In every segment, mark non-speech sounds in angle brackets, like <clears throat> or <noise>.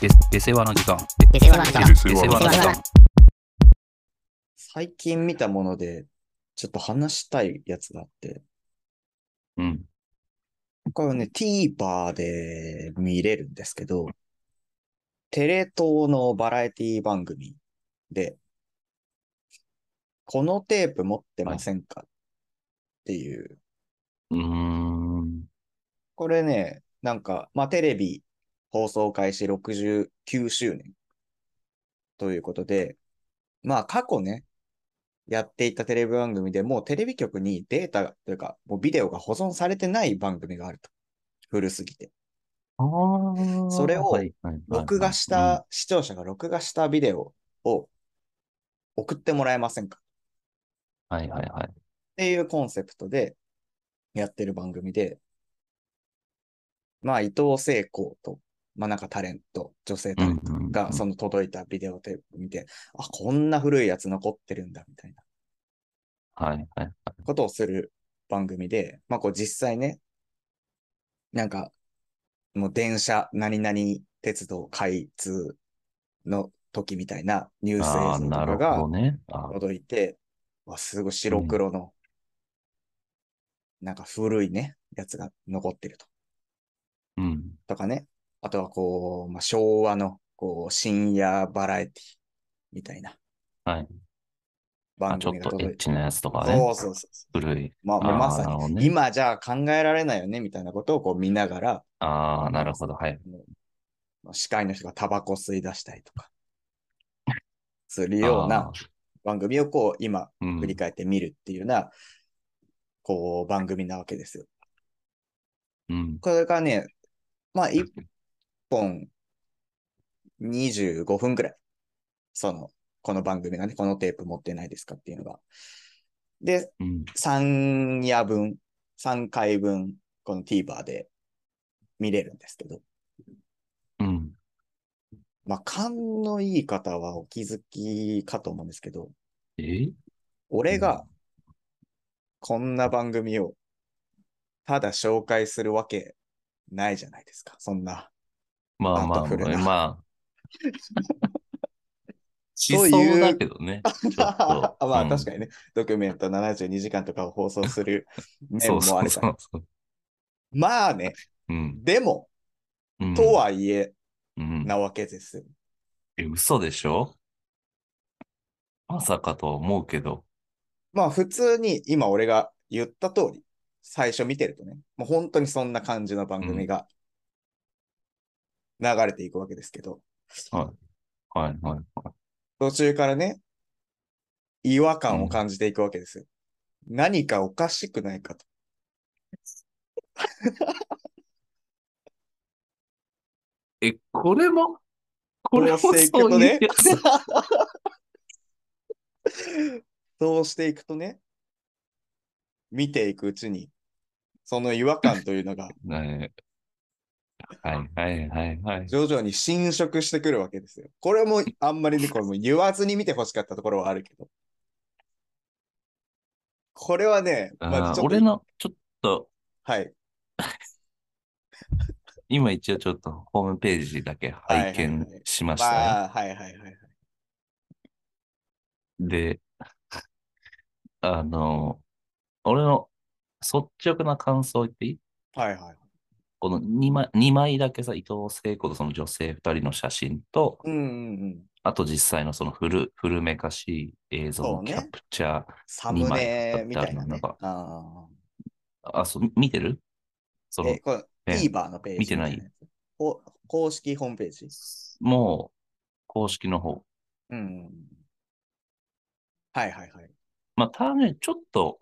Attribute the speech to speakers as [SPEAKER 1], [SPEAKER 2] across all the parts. [SPEAKER 1] で、で世話の時間。
[SPEAKER 2] デセワの時間
[SPEAKER 3] デセ
[SPEAKER 1] で
[SPEAKER 3] ワ
[SPEAKER 1] 世
[SPEAKER 3] の
[SPEAKER 1] 話
[SPEAKER 3] 時間
[SPEAKER 1] の時間。
[SPEAKER 4] 最近見たもので、ちょっと話したいやつがあって、
[SPEAKER 1] うん。
[SPEAKER 4] これはね、TVer で見れるんですけど、テレ東のバラエティ番組で、このテープ持ってませんかっていう、
[SPEAKER 1] うーん。
[SPEAKER 4] これね、なんか、まあ、テレビ放送開始69周年ということで、まあ、過去ね、やっていたテレビ番組でもうテレビ局にデータというか、もうビデオが保存されてない番組があると。古すぎて。
[SPEAKER 1] ああ
[SPEAKER 4] それを録画し、
[SPEAKER 1] はいはいはいはい
[SPEAKER 4] た、視聴者が録画したビデオを送ってもらえませんか
[SPEAKER 1] はいはいはい。
[SPEAKER 4] っていうコンセプトでやってる番組で、まあ、伊藤聖子と、まあなんかタレント、女性タレント
[SPEAKER 1] うんうんうん
[SPEAKER 4] がその届いたビデオテープ見て、あ、こんな古いやつ残ってるんだみたいな
[SPEAKER 1] はいはい。
[SPEAKER 4] ことをする番組で、まあこう実際ね、なんか、もう電車、何々鉄道開通の時みたいなニュース
[SPEAKER 1] ああ、
[SPEAKER 4] 映像と
[SPEAKER 1] な
[SPEAKER 4] か
[SPEAKER 1] る
[SPEAKER 4] が
[SPEAKER 1] ほどね。あー
[SPEAKER 4] 届いて、わすごい白黒の、なんか古いね、やつが残ってると。
[SPEAKER 1] うん。
[SPEAKER 4] とかね。あとはこう、まあ、昭和のこう深夜バラエティみたいな
[SPEAKER 1] はい。あ
[SPEAKER 4] 番
[SPEAKER 1] ちょっ
[SPEAKER 4] 組が
[SPEAKER 1] と
[SPEAKER 4] 届
[SPEAKER 1] エ
[SPEAKER 4] い
[SPEAKER 1] ッ
[SPEAKER 4] て。
[SPEAKER 1] チなやつとか
[SPEAKER 4] そ
[SPEAKER 1] ね
[SPEAKER 4] う。そうそうそ
[SPEAKER 1] 古い。
[SPEAKER 4] う。まあ、もう
[SPEAKER 1] ー
[SPEAKER 4] まさ
[SPEAKER 1] なる
[SPEAKER 4] に、
[SPEAKER 1] ほどね
[SPEAKER 4] 今じゃあ考えられないよね、みたいなことをこう見ながら、
[SPEAKER 1] ああ、なるほど。はい。
[SPEAKER 4] まあ司会の人がタバコ吸い出したりとか、するような
[SPEAKER 1] あー
[SPEAKER 4] 番組をこう、今、
[SPEAKER 1] うん
[SPEAKER 4] 振り返ってみるっていうような、こう、番組なわけですよ。
[SPEAKER 1] うん。
[SPEAKER 4] これがね、まあ、1本25分くらい。その、この番組がね、このテープ持ってないですかっていうのが。で、
[SPEAKER 1] うん。
[SPEAKER 4] 3夜分、3回分、この TVer で見れるんですけど、
[SPEAKER 1] うん。
[SPEAKER 4] まあ、勘のいい方はお気づきかと思うんですけど、
[SPEAKER 1] えー
[SPEAKER 4] 俺
[SPEAKER 1] う
[SPEAKER 4] がこんな番組をただ紹介するわけないじゃないですか。そんな。
[SPEAKER 1] まあま
[SPEAKER 4] あ
[SPEAKER 1] あ
[SPEAKER 4] と古い
[SPEAKER 1] ま
[SPEAKER 4] な
[SPEAKER 1] あ、まあ。し
[SPEAKER 4] <laughs> という
[SPEAKER 1] そうだけどね。ちょっ
[SPEAKER 4] あ
[SPEAKER 1] と
[SPEAKER 4] <laughs> ま
[SPEAKER 1] う
[SPEAKER 4] あ
[SPEAKER 1] ん
[SPEAKER 4] 確かにね、ドキュメント72時間とかを放送す
[SPEAKER 1] <laughs>
[SPEAKER 4] る面
[SPEAKER 1] そう
[SPEAKER 4] も
[SPEAKER 1] そ
[SPEAKER 4] あ
[SPEAKER 1] う
[SPEAKER 4] る
[SPEAKER 1] そ
[SPEAKER 4] から。
[SPEAKER 1] うそう。
[SPEAKER 4] まあね、
[SPEAKER 1] うん。
[SPEAKER 4] でも、
[SPEAKER 1] うん
[SPEAKER 4] とはいえ、
[SPEAKER 1] うん
[SPEAKER 4] なわけですよ。
[SPEAKER 1] え、嘘でしょまさかとは思うけど。
[SPEAKER 4] まあ普通に今俺が言った通り、最初見てるとね、もう本当にそんな感じの番組が流れていくわけですけど、
[SPEAKER 1] はいはいはい。
[SPEAKER 4] 途中からね、違和感を感じていくわけですよ。何かおかしくないかと。
[SPEAKER 1] え、これも、これも
[SPEAKER 4] そうしていく
[SPEAKER 1] そうい
[SPEAKER 4] と
[SPEAKER 1] う
[SPEAKER 4] ね
[SPEAKER 1] やつ。。
[SPEAKER 4] <laughs> そうしていくとね、見ていくうちに、その違和感というのが
[SPEAKER 1] ねはいはいはいはい。
[SPEAKER 4] 徐々に侵食してくるわけですよ。これもあんまりね、これも言わずに見てほしかったところはあるけど。これはね、ま
[SPEAKER 1] あ
[SPEAKER 4] あ、
[SPEAKER 1] ー
[SPEAKER 4] ちょっと
[SPEAKER 1] 俺の、ちょっと、
[SPEAKER 4] はい、
[SPEAKER 1] 今一応ちょっとホームページだけ拝見しましたね。
[SPEAKER 4] まあ、はいはいはいはい。
[SPEAKER 1] で、あの、俺の率直な感想言っていい
[SPEAKER 4] はいはい。
[SPEAKER 1] この2枚 ,2 枚だけさ、伊藤聖子とその女性2人の写真と、
[SPEAKER 4] うんうんうん。
[SPEAKER 1] あと実際のその古古めかしい映像
[SPEAKER 4] そ
[SPEAKER 1] の
[SPEAKER 4] うね
[SPEAKER 1] キャプチャー、
[SPEAKER 4] サムネみたいな
[SPEAKER 1] な
[SPEAKER 4] ね
[SPEAKER 1] んか。
[SPEAKER 4] あ
[SPEAKER 1] あ、そう、み見てるそ
[SPEAKER 4] ー
[SPEAKER 1] の
[SPEAKER 4] え、、これ、
[SPEAKER 1] ね
[SPEAKER 4] TVer のページ。
[SPEAKER 1] 見てない
[SPEAKER 4] みたなやつ。お公式ホームページ。
[SPEAKER 1] もう、公式の方。
[SPEAKER 4] うん。はいはいはい。
[SPEAKER 1] まあ、ただね、ちょっと、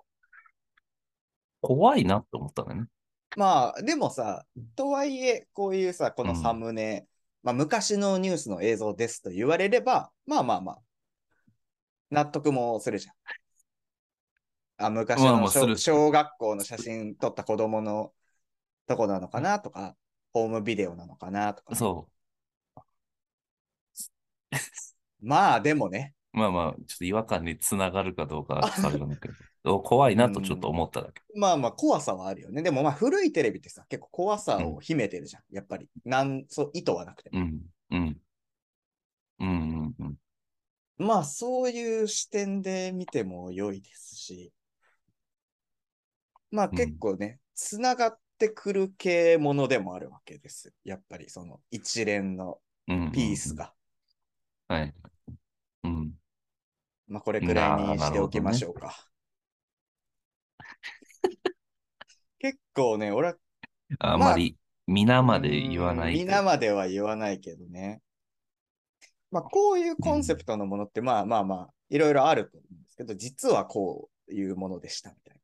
[SPEAKER 1] 怖いなって思ったんだよね。
[SPEAKER 4] まあ、でもさ、とはいえ、こういうさ、このサムネ、まあ、昔のニュースの映像ですと言われれば、まあまあまあ、納得もするじゃん。あ、昔
[SPEAKER 1] まあま
[SPEAKER 4] の
[SPEAKER 1] あ
[SPEAKER 4] 小,、
[SPEAKER 1] する
[SPEAKER 4] 小学校の写真撮った子供のとこなのかなとか、ホームビデオなのかなとか。
[SPEAKER 1] そ
[SPEAKER 4] まあ、でもね、
[SPEAKER 1] う。まあまあ、ちょっと違和感につながるかどうかはあれなんだ
[SPEAKER 4] <laughs>
[SPEAKER 1] けど、怖いなとちょっと思っただけ。
[SPEAKER 4] まあまあ怖さはあるよね。でもまあ古いテレビってさ、結構怖さを秘めてるじゃん。やっぱり。なん、そう、意図はなくても。
[SPEAKER 1] うん、うん、
[SPEAKER 4] まあ、そういう視点で見ても良いですし、まあ
[SPEAKER 1] うん
[SPEAKER 4] 結構ね、つながってくる系ものでもあるわけです。やっぱりその一連の
[SPEAKER 1] うん
[SPEAKER 4] ピース。が、
[SPEAKER 1] はい。うん。
[SPEAKER 4] まあこれくらいにしておきましょ
[SPEAKER 1] <laughs>
[SPEAKER 4] うか。結構ね、俺は
[SPEAKER 1] あんまり、皆まで言わない。
[SPEAKER 4] 皆までは言わないけどね。まあ、こういうコンセプトのものって、まあまあまあ、いろいろあると思うんですけど、実はこういうものでしたみたい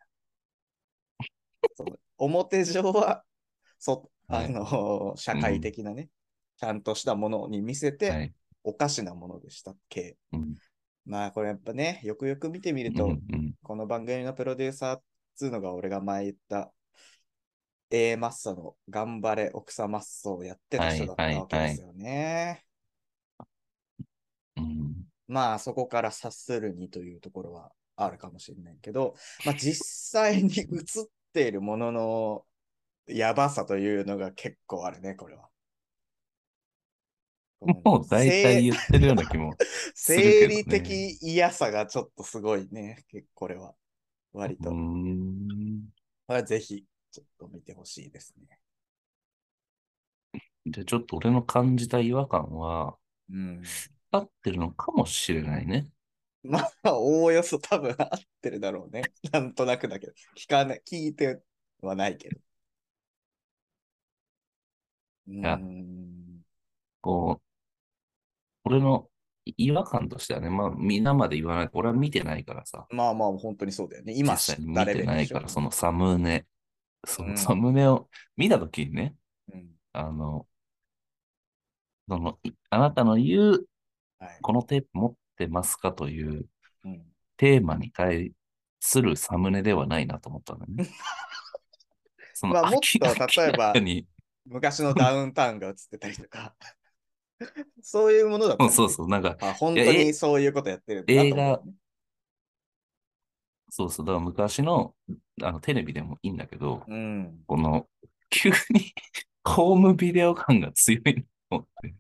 [SPEAKER 1] <laughs>
[SPEAKER 4] な。その表上は、そあの社会的なね、ちゃんとしたものに見せて、
[SPEAKER 1] はい。
[SPEAKER 4] おかしなものでしたっけ。
[SPEAKER 1] うん
[SPEAKER 4] まあ、これやっぱね、よくよく見てみる
[SPEAKER 1] う
[SPEAKER 4] と、
[SPEAKER 1] んうん
[SPEAKER 4] この番組のプロデューサーっつうのが俺が前言った A マッソの頑張れ奥様マッソをやってた人だったわけですよね。
[SPEAKER 1] うん
[SPEAKER 4] まあそこから察するにというところはあるかもしれないけど、まあ実際に映っているもののやばさというのが結構あるね、これは。
[SPEAKER 1] もう大体言ってるような気も。するけど
[SPEAKER 4] 生
[SPEAKER 1] ね
[SPEAKER 4] 理的嫌さがちょっとすごいね、結構これは。割
[SPEAKER 1] う
[SPEAKER 4] と。
[SPEAKER 1] ーん。
[SPEAKER 4] これはぜひ、ちょっと見てほしいですね。
[SPEAKER 1] じゃあちょっと俺の感じた違和感は、
[SPEAKER 4] うん。
[SPEAKER 1] 合ってるのかもしれないね。
[SPEAKER 4] まあ、おおよそ多分合ってるだろうね。 <laughs> なんとなくだけど。聞かない、聞いてはないけど。うー
[SPEAKER 1] や
[SPEAKER 4] ん。
[SPEAKER 1] こう、俺の違和感としてはね、まあ、皆まで言わない。俺は見てないからさ。
[SPEAKER 4] まあまあ、本当にそうだよね。今
[SPEAKER 1] 実
[SPEAKER 4] 知
[SPEAKER 1] 際
[SPEAKER 4] っ
[SPEAKER 1] に
[SPEAKER 4] た
[SPEAKER 1] 見
[SPEAKER 4] レベ
[SPEAKER 1] て
[SPEAKER 4] ル
[SPEAKER 1] な
[SPEAKER 4] で
[SPEAKER 1] い
[SPEAKER 4] しょ
[SPEAKER 1] から、そのサムネ、そ
[SPEAKER 4] うん
[SPEAKER 1] のサムネを見たときにね、
[SPEAKER 4] うん。
[SPEAKER 1] あの、その、いあなたの言う、
[SPEAKER 4] はい。
[SPEAKER 1] このテープ持ってますかという
[SPEAKER 4] うん、
[SPEAKER 1] テーマに対するサムネではないなと思ったんだよ
[SPEAKER 4] <laughs>
[SPEAKER 1] ね。そ
[SPEAKER 4] まあもっ
[SPEAKER 1] 明
[SPEAKER 4] と例
[SPEAKER 1] 明
[SPEAKER 4] えば
[SPEAKER 1] らかに
[SPEAKER 4] 昔のダウンタウンが映ってたりとか。 <laughs> そういうものだった、
[SPEAKER 1] <laughs>
[SPEAKER 4] ね。
[SPEAKER 1] そうそう、なんか、
[SPEAKER 4] あ、本当にそういうことやってるんだなと思うよね、
[SPEAKER 1] そうそう、だから昔のあのテレビでもいいんだけど、
[SPEAKER 4] うん。
[SPEAKER 1] この、急に <laughs> ホームビデオ感が強い
[SPEAKER 4] <laughs>
[SPEAKER 1] なと思って。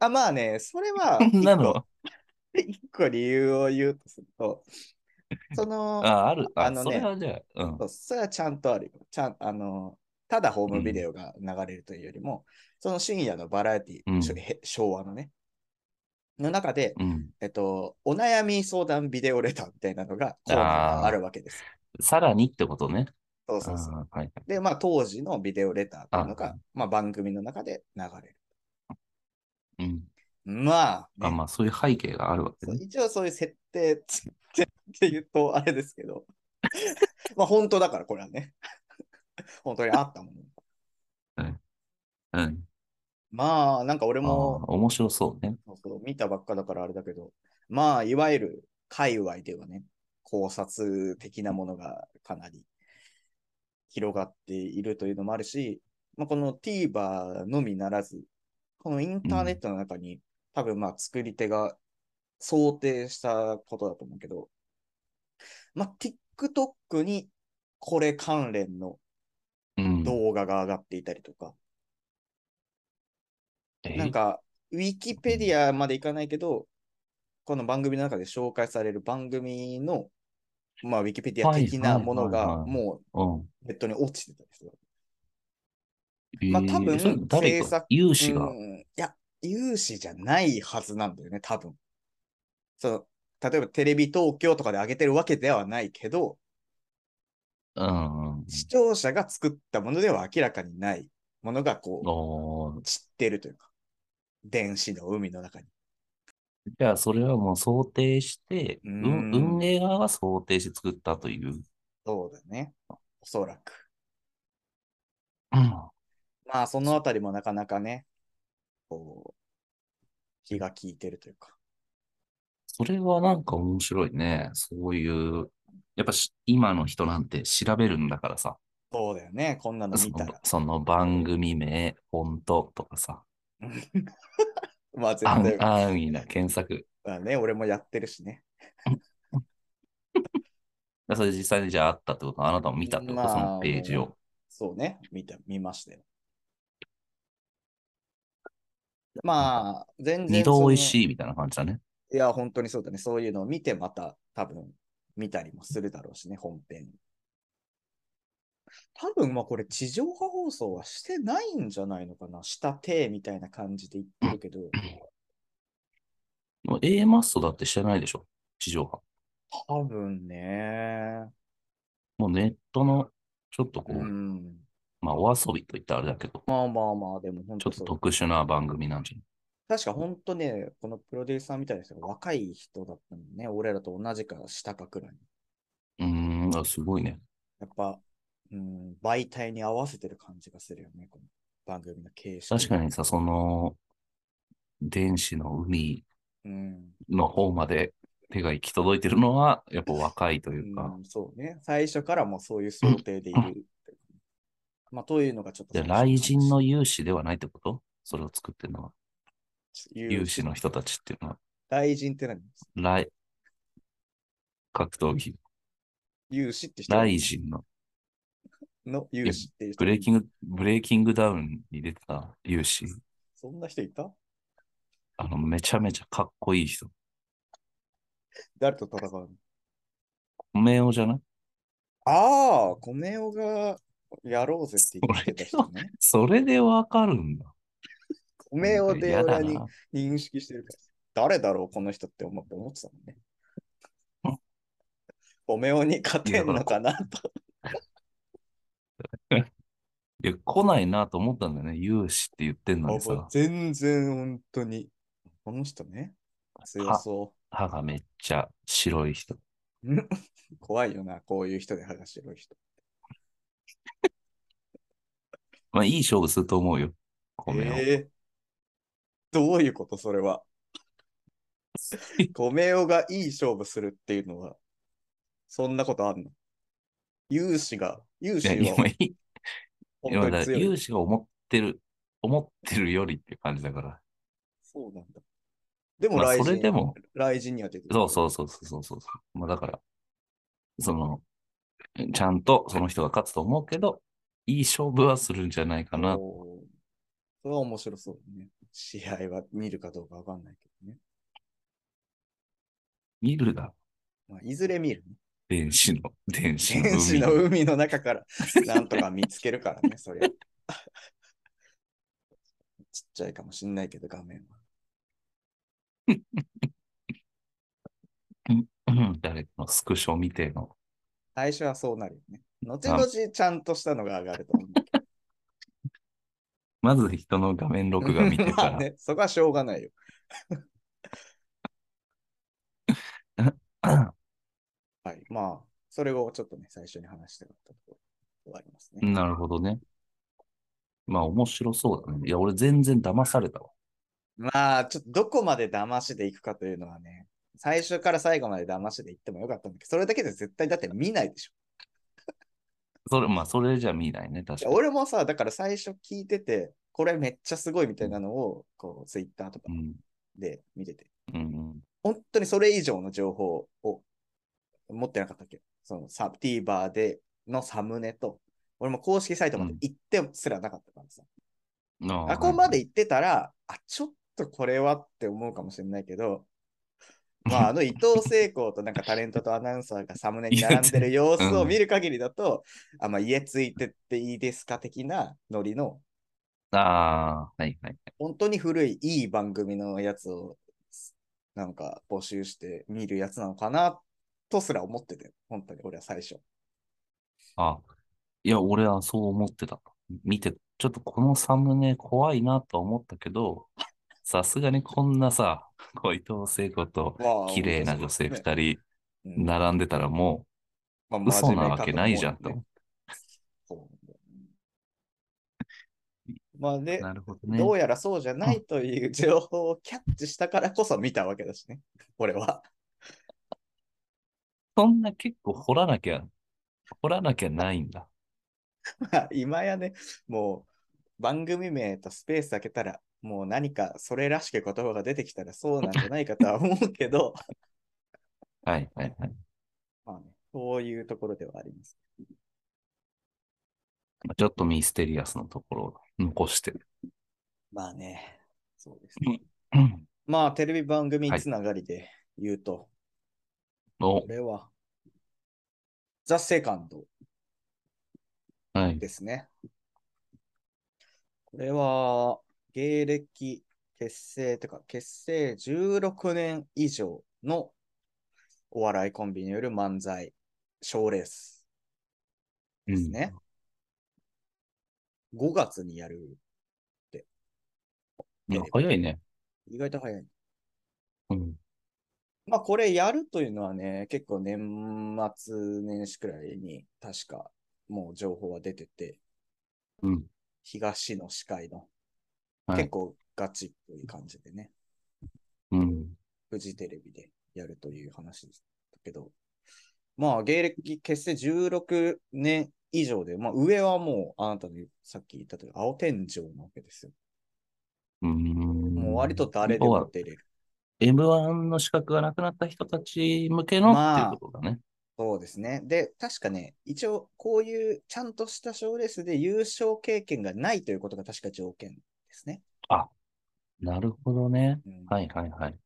[SPEAKER 4] あ、まあね、それは
[SPEAKER 1] こんな
[SPEAKER 4] 一個
[SPEAKER 1] の、
[SPEAKER 4] <laughs> 一個理由を言うとすると、そ
[SPEAKER 1] <laughs>
[SPEAKER 4] の、
[SPEAKER 1] あ、ある、あ、
[SPEAKER 4] あのね
[SPEAKER 1] それはじゃあ、うん
[SPEAKER 4] そ。うそれはちゃんとあるよ。ちゃんあのただホームビデオが流れるというよりも、その深夜のバラエティ、
[SPEAKER 1] うん
[SPEAKER 4] しょへ昭和のね、の中で、
[SPEAKER 1] うん、
[SPEAKER 4] えっと、お悩み相談ビデオレターみたいなのが、コーナーがあるわけです。
[SPEAKER 1] さらにってことね。
[SPEAKER 4] そうそうそう。
[SPEAKER 1] あーはい。
[SPEAKER 4] で、まあ、当時のビデオレターというの
[SPEAKER 1] あ
[SPEAKER 4] が、まあ、番組の中で流れる。
[SPEAKER 1] うん。
[SPEAKER 4] まあ、
[SPEAKER 1] あ
[SPEAKER 4] ね
[SPEAKER 1] まあ、そういう背景があるわけ
[SPEAKER 4] そう
[SPEAKER 1] ね。
[SPEAKER 4] 一応そういう設定つってって言うとあれですけど、 <laughs> まあ本当だからこれはね、 <laughs> 本当にあったもの。
[SPEAKER 1] うん。
[SPEAKER 4] まあなんか俺
[SPEAKER 1] あ
[SPEAKER 4] も
[SPEAKER 1] ー面白そうね。
[SPEAKER 4] そうそう見たばっかだからあれだけど、まあいわゆる界隈ではね、考察的なものがかなり広がっているというのもあるし、まあ、この TVer のみならず、このインターネットの中に、多分まあ作り手が想定したことだと思うけど、まあ、TikTok にこれ関連の
[SPEAKER 1] うん。
[SPEAKER 4] 動画が上がっていたりとか、
[SPEAKER 1] え
[SPEAKER 4] なんか、ウィキペディアまでいかないけど、この番組の中で紹介される番組の、まあ、ウィキペディア的なもの
[SPEAKER 1] はいはい
[SPEAKER 4] が、
[SPEAKER 1] はいはい
[SPEAKER 4] も
[SPEAKER 1] うん。
[SPEAKER 4] うネットに落ちてたりする。ま
[SPEAKER 1] ま
[SPEAKER 4] あ多分
[SPEAKER 1] 誰
[SPEAKER 4] 制作
[SPEAKER 1] か、有志が
[SPEAKER 4] う。んいや、有志じゃないはずなんだよね、多分。その、例えばテレビ東京とかで上げてるわけではないけど、
[SPEAKER 1] うん。うん
[SPEAKER 4] 視聴者が作ったものでは明らかにないものがこ
[SPEAKER 1] おー
[SPEAKER 4] う、散ってるというか、電子の海の中に。
[SPEAKER 1] じゃあ、それはもう想定して、
[SPEAKER 4] う
[SPEAKER 1] うんん運営側が想定して作ったという。
[SPEAKER 4] そうだね。おそらく。
[SPEAKER 1] うん
[SPEAKER 4] まあ、そのあたりもなかなかね、こう、気が利いてるというか。
[SPEAKER 1] それはなんか面白いね。そういう、やっぱし今の人なんて調べるんだからさ。
[SPEAKER 4] そうだよね、こんなの
[SPEAKER 1] そ
[SPEAKER 4] 見た
[SPEAKER 1] の
[SPEAKER 4] ら。
[SPEAKER 1] その番組名、フォントとかさ、
[SPEAKER 4] まあ、絶
[SPEAKER 1] 安
[SPEAKER 4] 対、
[SPEAKER 1] 安易な検索。
[SPEAKER 4] まあね、俺もやってるしね。
[SPEAKER 1] それ実際にじゃああったってこと、あなたも見たってこと、
[SPEAKER 4] まあ
[SPEAKER 1] そのページを。
[SPEAKER 4] そうね、見た、見ましたよ。まあ、全然
[SPEAKER 1] 二度
[SPEAKER 4] その
[SPEAKER 1] 美味しいみたいな感じだね。
[SPEAKER 4] いや、本当にそうだね。そういうのを見て、また多分見たりもするだろうしね、本編。多分まあこれ地上波放送はしてないんじゃないのかな。したてみたいな感じで言ってるけ
[SPEAKER 1] で
[SPEAKER 4] ど。
[SPEAKER 1] も A マストだってしてないでしょ地上波。
[SPEAKER 4] 多分ね。
[SPEAKER 1] もうネットの、ちょっとこ
[SPEAKER 4] う
[SPEAKER 1] う、
[SPEAKER 4] ん。
[SPEAKER 1] まあお遊びといったらあれだけど、
[SPEAKER 4] まあまあまあ、でも本
[SPEAKER 1] ちょ
[SPEAKER 4] 当
[SPEAKER 1] っと
[SPEAKER 4] そう。
[SPEAKER 1] 特殊な番組なんじゃ
[SPEAKER 4] 確か本当ね、このプロデューサーみたいな人が若い人だったんだね。俺らと同じか下かくらい。
[SPEAKER 1] ないうん、あすごいね。
[SPEAKER 4] やっぱ、うん、媒体に合わせてる感じがするよね、この番組の形式。
[SPEAKER 1] 確かにさ、その、電子の海
[SPEAKER 4] に。うん。
[SPEAKER 1] の方まで手が行き届いてるのは、やっぱ若いというか、
[SPEAKER 4] うん、そうね。最初からもうそういう想定でいるっていう。まあ、というのがちょっと。
[SPEAKER 1] で、雷神の有志ではないってことそれを作ってるのは。有
[SPEAKER 4] 有
[SPEAKER 1] 志の人たちっていうのは、
[SPEAKER 4] 雷神って何
[SPEAKER 1] 雷、格闘技、
[SPEAKER 4] 有志って人
[SPEAKER 1] 雷神の、
[SPEAKER 4] の有志っていう人。
[SPEAKER 1] ブレイキング、ブレイキングダウンに出てた有志、
[SPEAKER 4] そんな人いた
[SPEAKER 1] あの、めちゃめちゃかっこいい人。
[SPEAKER 4] 誰と戦うの
[SPEAKER 1] コメオじゃない
[SPEAKER 4] ああ、コメオがやろうぜって言ってた人ね。
[SPEAKER 1] それでわかるんだ。
[SPEAKER 4] コメオで
[SPEAKER 1] やだ
[SPEAKER 4] 俺に
[SPEAKER 1] な。
[SPEAKER 4] 認識してるから。誰だろう、この人って思って思ってたもんね
[SPEAKER 1] うん。 <laughs>
[SPEAKER 4] コメオに勝てんのかなと。
[SPEAKER 1] いや、来ないなと思ったんだよね。有志って言ってんのに
[SPEAKER 4] もう
[SPEAKER 1] さ、
[SPEAKER 4] 全然本当に。この人ね。強そ
[SPEAKER 1] 歯がめっちゃ白い人。
[SPEAKER 4] う。うん <laughs> 怖いよな、こういう人で歯が白い人。
[SPEAKER 1] まあ、いい勝負すると思うよ。コメオ。
[SPEAKER 4] えーどういうことそれ
[SPEAKER 1] <laughs>
[SPEAKER 4] は。コメオがいい勝負するっていうのは、そんなことあるの勇士が、勇
[SPEAKER 1] いや、
[SPEAKER 4] 士は
[SPEAKER 1] 今いい、
[SPEAKER 4] 本
[SPEAKER 1] 今
[SPEAKER 4] 当
[SPEAKER 1] だか
[SPEAKER 4] に強
[SPEAKER 1] ら
[SPEAKER 4] い。
[SPEAKER 1] 有志が思ってる、思ってるよりっていう感じだから。
[SPEAKER 4] そうなんだ。でも
[SPEAKER 1] まあ、
[SPEAKER 4] 雷
[SPEAKER 1] そ
[SPEAKER 4] 神、
[SPEAKER 1] れでも、
[SPEAKER 4] 雷神には出てる。
[SPEAKER 1] そうそうそうそうそうそうそう。まあ、だから、その、ちゃんとその人が勝つと思うけど、いい勝負はするんじゃないかな。
[SPEAKER 4] おーそれは面白そうだね。試合は見るかどうかわかんないけどね。
[SPEAKER 1] 見るだ。
[SPEAKER 4] まあ、いずれ見る、ね。
[SPEAKER 1] 電子の、電子の海。
[SPEAKER 4] 天使の海の中からなんとか見つけるからね、そりゃ。ちっ <laughs> ちゃいかもしんないけど、画面は。
[SPEAKER 1] うん <laughs> 誰かのスクショ見ての。
[SPEAKER 4] 最初はそうなるよね。後々ちゃんとしたのが上がると思うんだけど。
[SPEAKER 1] まず人の画面録画見てか
[SPEAKER 4] <laughs> まあ
[SPEAKER 1] ら、
[SPEAKER 4] ね、そこはしょうがないよ。はい。まあ、それをちょっとね、最初に話したかったところはあります
[SPEAKER 1] <laughs>
[SPEAKER 4] ね。
[SPEAKER 1] なるほどね。まあ面白そうだね。いや、俺全然騙されたわ。
[SPEAKER 4] まあ、ちょっとどこまで騙しでいくかというのはね、最初から最後まで騙しでいってもよかったんだけど、それだけで絶対だって見ないでしょ。
[SPEAKER 1] それ、まあそれじゃ見ないね、確か
[SPEAKER 4] いや
[SPEAKER 1] に。
[SPEAKER 4] 俺もさ、だから最初聞いてて、これめっちゃすごいみたいなのを、こう、ツイッターとか
[SPEAKER 1] うん。
[SPEAKER 4] で見てて、
[SPEAKER 1] うんうん。
[SPEAKER 4] 本当にそれ以上の情報を持ってなかったっけそのサ TVer でのサムネと、俺も公式サイトまで行ってすらなかったからさ。
[SPEAKER 1] な
[SPEAKER 4] あ、ここまで行ってたら、あ、ちょっとこれはって思うかもしれないけ <laughs> ど、まあ、あの伊藤聖子となんかタレントとアナウンサーがサムネに並んでる様子を見る限りだと、あ、まあ、家ついてっていいですか的なノリの、
[SPEAKER 1] ああー、はいはい。
[SPEAKER 4] 本当に古いいい番組のやつを、なんか募集して見るやつなのかな、とすら思ってて、本当に俺は最初。
[SPEAKER 1] あ、いや、俺はそう思ってた。見て、ちょっとこのサムネ怖いなと思ったけど、
[SPEAKER 4] <laughs>
[SPEAKER 1] さすがにこんなさ、こう伊藤聖子と
[SPEAKER 4] まあ
[SPEAKER 1] 綺麗な女性
[SPEAKER 4] 本当
[SPEAKER 1] 二人
[SPEAKER 4] そうですねうん
[SPEAKER 1] 並んでたらも
[SPEAKER 4] まあ
[SPEAKER 1] う嘘なわ
[SPEAKER 4] 真面目かと思うよね
[SPEAKER 1] けないじゃんと思っ
[SPEAKER 4] そうなんだよねまあ
[SPEAKER 1] て。
[SPEAKER 4] で、
[SPEAKER 1] なるほどね
[SPEAKER 4] ど。うやらそうじゃないという情報をキャッチしたからこそ見たわけだしね、俺は。 <laughs>
[SPEAKER 1] そんな結構掘らなきゃ、掘らなきゃないんだ。
[SPEAKER 4] まあ今やね、もう番組名とスペース開けたら、もう何かそれらしき言葉が出てきたらそうなんじゃないかとは思うけど、
[SPEAKER 1] はいはいはい。
[SPEAKER 4] まあね、そういうところではあります。
[SPEAKER 1] まあちょっとミステリアスなところを残して。
[SPEAKER 4] まあね、そうですね。
[SPEAKER 1] うん
[SPEAKER 4] まあ、テレビ番組つながりで言うと、
[SPEAKER 1] お
[SPEAKER 4] こ、れは、ザ・セカンド
[SPEAKER 1] はい。
[SPEAKER 4] ですね。これは、芸歴結成とか、結成16年以上のお笑いコンビによる漫才、賞レース
[SPEAKER 1] う
[SPEAKER 4] です
[SPEAKER 1] ん。
[SPEAKER 4] ね。5月にやる。
[SPEAKER 1] いや早いね。
[SPEAKER 4] 意外と早い。
[SPEAKER 1] うん。
[SPEAKER 4] まあ、これやるというのはね、結構年末年始くらいに、確か、もう情報は出てて、
[SPEAKER 1] うん。
[SPEAKER 4] 東の司会の、
[SPEAKER 1] はい
[SPEAKER 4] 結構ガチっぽい感じでね、
[SPEAKER 1] うん。
[SPEAKER 4] フジテレビでやるという話ですけど、まあ、芸歴結成16年以上で、まあ、上はもう、あなたのさっき言ったとおり、青天井なわけですよ。
[SPEAKER 1] うん。
[SPEAKER 4] もう割と誰で
[SPEAKER 1] 要
[SPEAKER 4] も
[SPEAKER 1] は
[SPEAKER 4] 出れる。
[SPEAKER 1] M1 の資格がなくなった人たち向けのっていうことだね。
[SPEAKER 4] そうですね。で、確かね、一応、こういうちゃんとした賞レースで優勝経験がないということが確か条件ですね。
[SPEAKER 1] なるほどね。
[SPEAKER 4] うん
[SPEAKER 1] はいはいはい。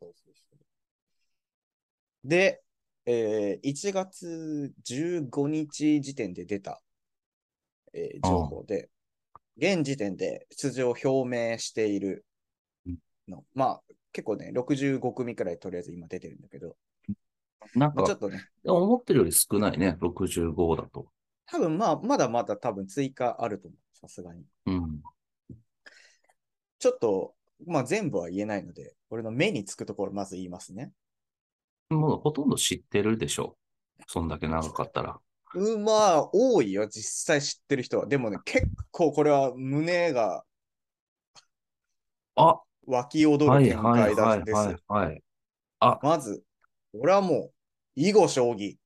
[SPEAKER 4] そうそうそうで、えー1月15日時点で出た、えー情報で、現時点で出場を表明しているの。まあ、結構ね、65組くらいとりあえず今出てるんだけど、
[SPEAKER 1] なん
[SPEAKER 4] まあ、ちょっ
[SPEAKER 1] か、
[SPEAKER 4] とね、
[SPEAKER 1] 思ってるより少ないね。65だと。
[SPEAKER 4] 多分まあ、まだまだ多分追加あると思う。さすがに。
[SPEAKER 1] うん。
[SPEAKER 4] ちょっと、まあ全部は言えないので、俺の目につくところまず言いますね。
[SPEAKER 1] もうほとんど知ってるでしょ。そんだけ長かったら。
[SPEAKER 4] うん、まあ、多いよ、実際知ってる人は。でもね、結構これは胸が
[SPEAKER 1] あ
[SPEAKER 4] 湧き踊
[SPEAKER 1] は
[SPEAKER 4] る
[SPEAKER 1] い
[SPEAKER 4] 展
[SPEAKER 1] はい
[SPEAKER 4] 開だ
[SPEAKER 1] は
[SPEAKER 4] ん
[SPEAKER 1] い
[SPEAKER 4] です。
[SPEAKER 1] はいはい。
[SPEAKER 4] まず、俺はもう、囲碁将棋。